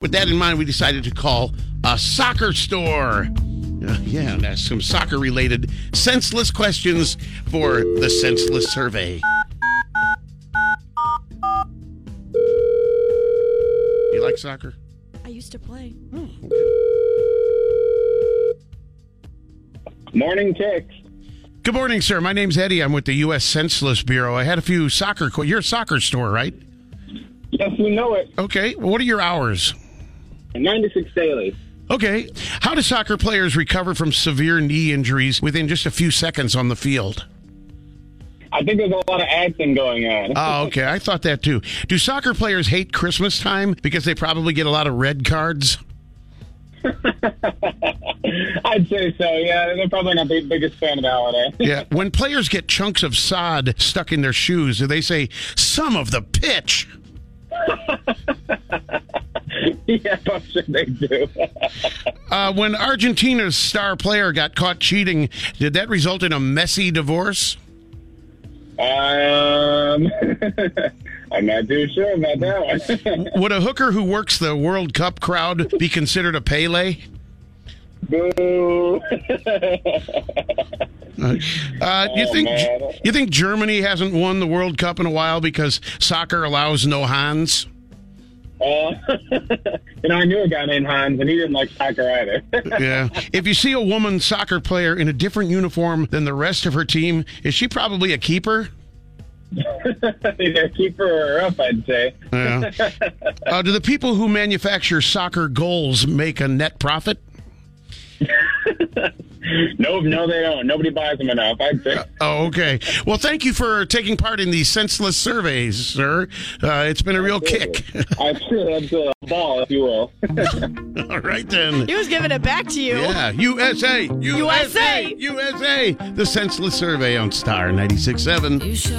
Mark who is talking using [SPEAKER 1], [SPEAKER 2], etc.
[SPEAKER 1] with that in mind, we decided to call a soccer store. Uh, yeah, and ask some soccer related senseless questions for the senseless survey. You like soccer?
[SPEAKER 2] I used to play.
[SPEAKER 3] Morning ticks.
[SPEAKER 1] Good morning, sir. My name's Eddie. I'm with the U.S. Senseless Bureau. I had a few soccer. Que- You're a soccer store, right?
[SPEAKER 3] Yes, we know it.
[SPEAKER 1] Okay. What are your hours?
[SPEAKER 3] 96 daily.
[SPEAKER 1] Okay. How do soccer players recover from severe knee injuries within just a few seconds on the field?
[SPEAKER 3] I think there's a lot of acting going on.
[SPEAKER 1] Oh, okay. I thought that too. Do soccer players hate Christmas time because they probably get a lot of red cards?
[SPEAKER 3] I'd say so, yeah. They're probably not the biggest fan of the holiday.
[SPEAKER 1] Yeah. When players get chunks of sod stuck in their shoes, do they say, some of the pitch?
[SPEAKER 3] yeah, I'm sure they do.
[SPEAKER 1] Uh, when Argentina's star player got caught cheating, did that result in a messy divorce?
[SPEAKER 3] um, I'm not too sure about that one.
[SPEAKER 1] Would a hooker who works the World Cup crowd be considered a Pele?
[SPEAKER 3] Boo.
[SPEAKER 1] Uh, do you
[SPEAKER 3] Oh,
[SPEAKER 1] think
[SPEAKER 3] man.
[SPEAKER 1] you think Germany hasn't won the World Cup in a while because soccer allows no hands?
[SPEAKER 3] Uh, you know, I knew a guy named Hans, and he didn't like soccer either.
[SPEAKER 1] Yeah. if you see a woman soccer player in a different uniform than the rest of her team, is she probably a keeper?
[SPEAKER 3] Either keep her up, I'd say.
[SPEAKER 1] Yeah. uh, do the people who manufacture soccer goals make a net profit?
[SPEAKER 3] Nope, no, they don't. Nobody buys them enough, I'd say.
[SPEAKER 1] Oh, okay. Well, thank you for taking part in these senseless surveys, sir. Uh, it's been a real kick.
[SPEAKER 3] I feel that's a ball, if you will.
[SPEAKER 1] All right, then.
[SPEAKER 2] He was giving it back to you.
[SPEAKER 1] Yeah, USA, USA, USA. The senseless survey on Star 96.7.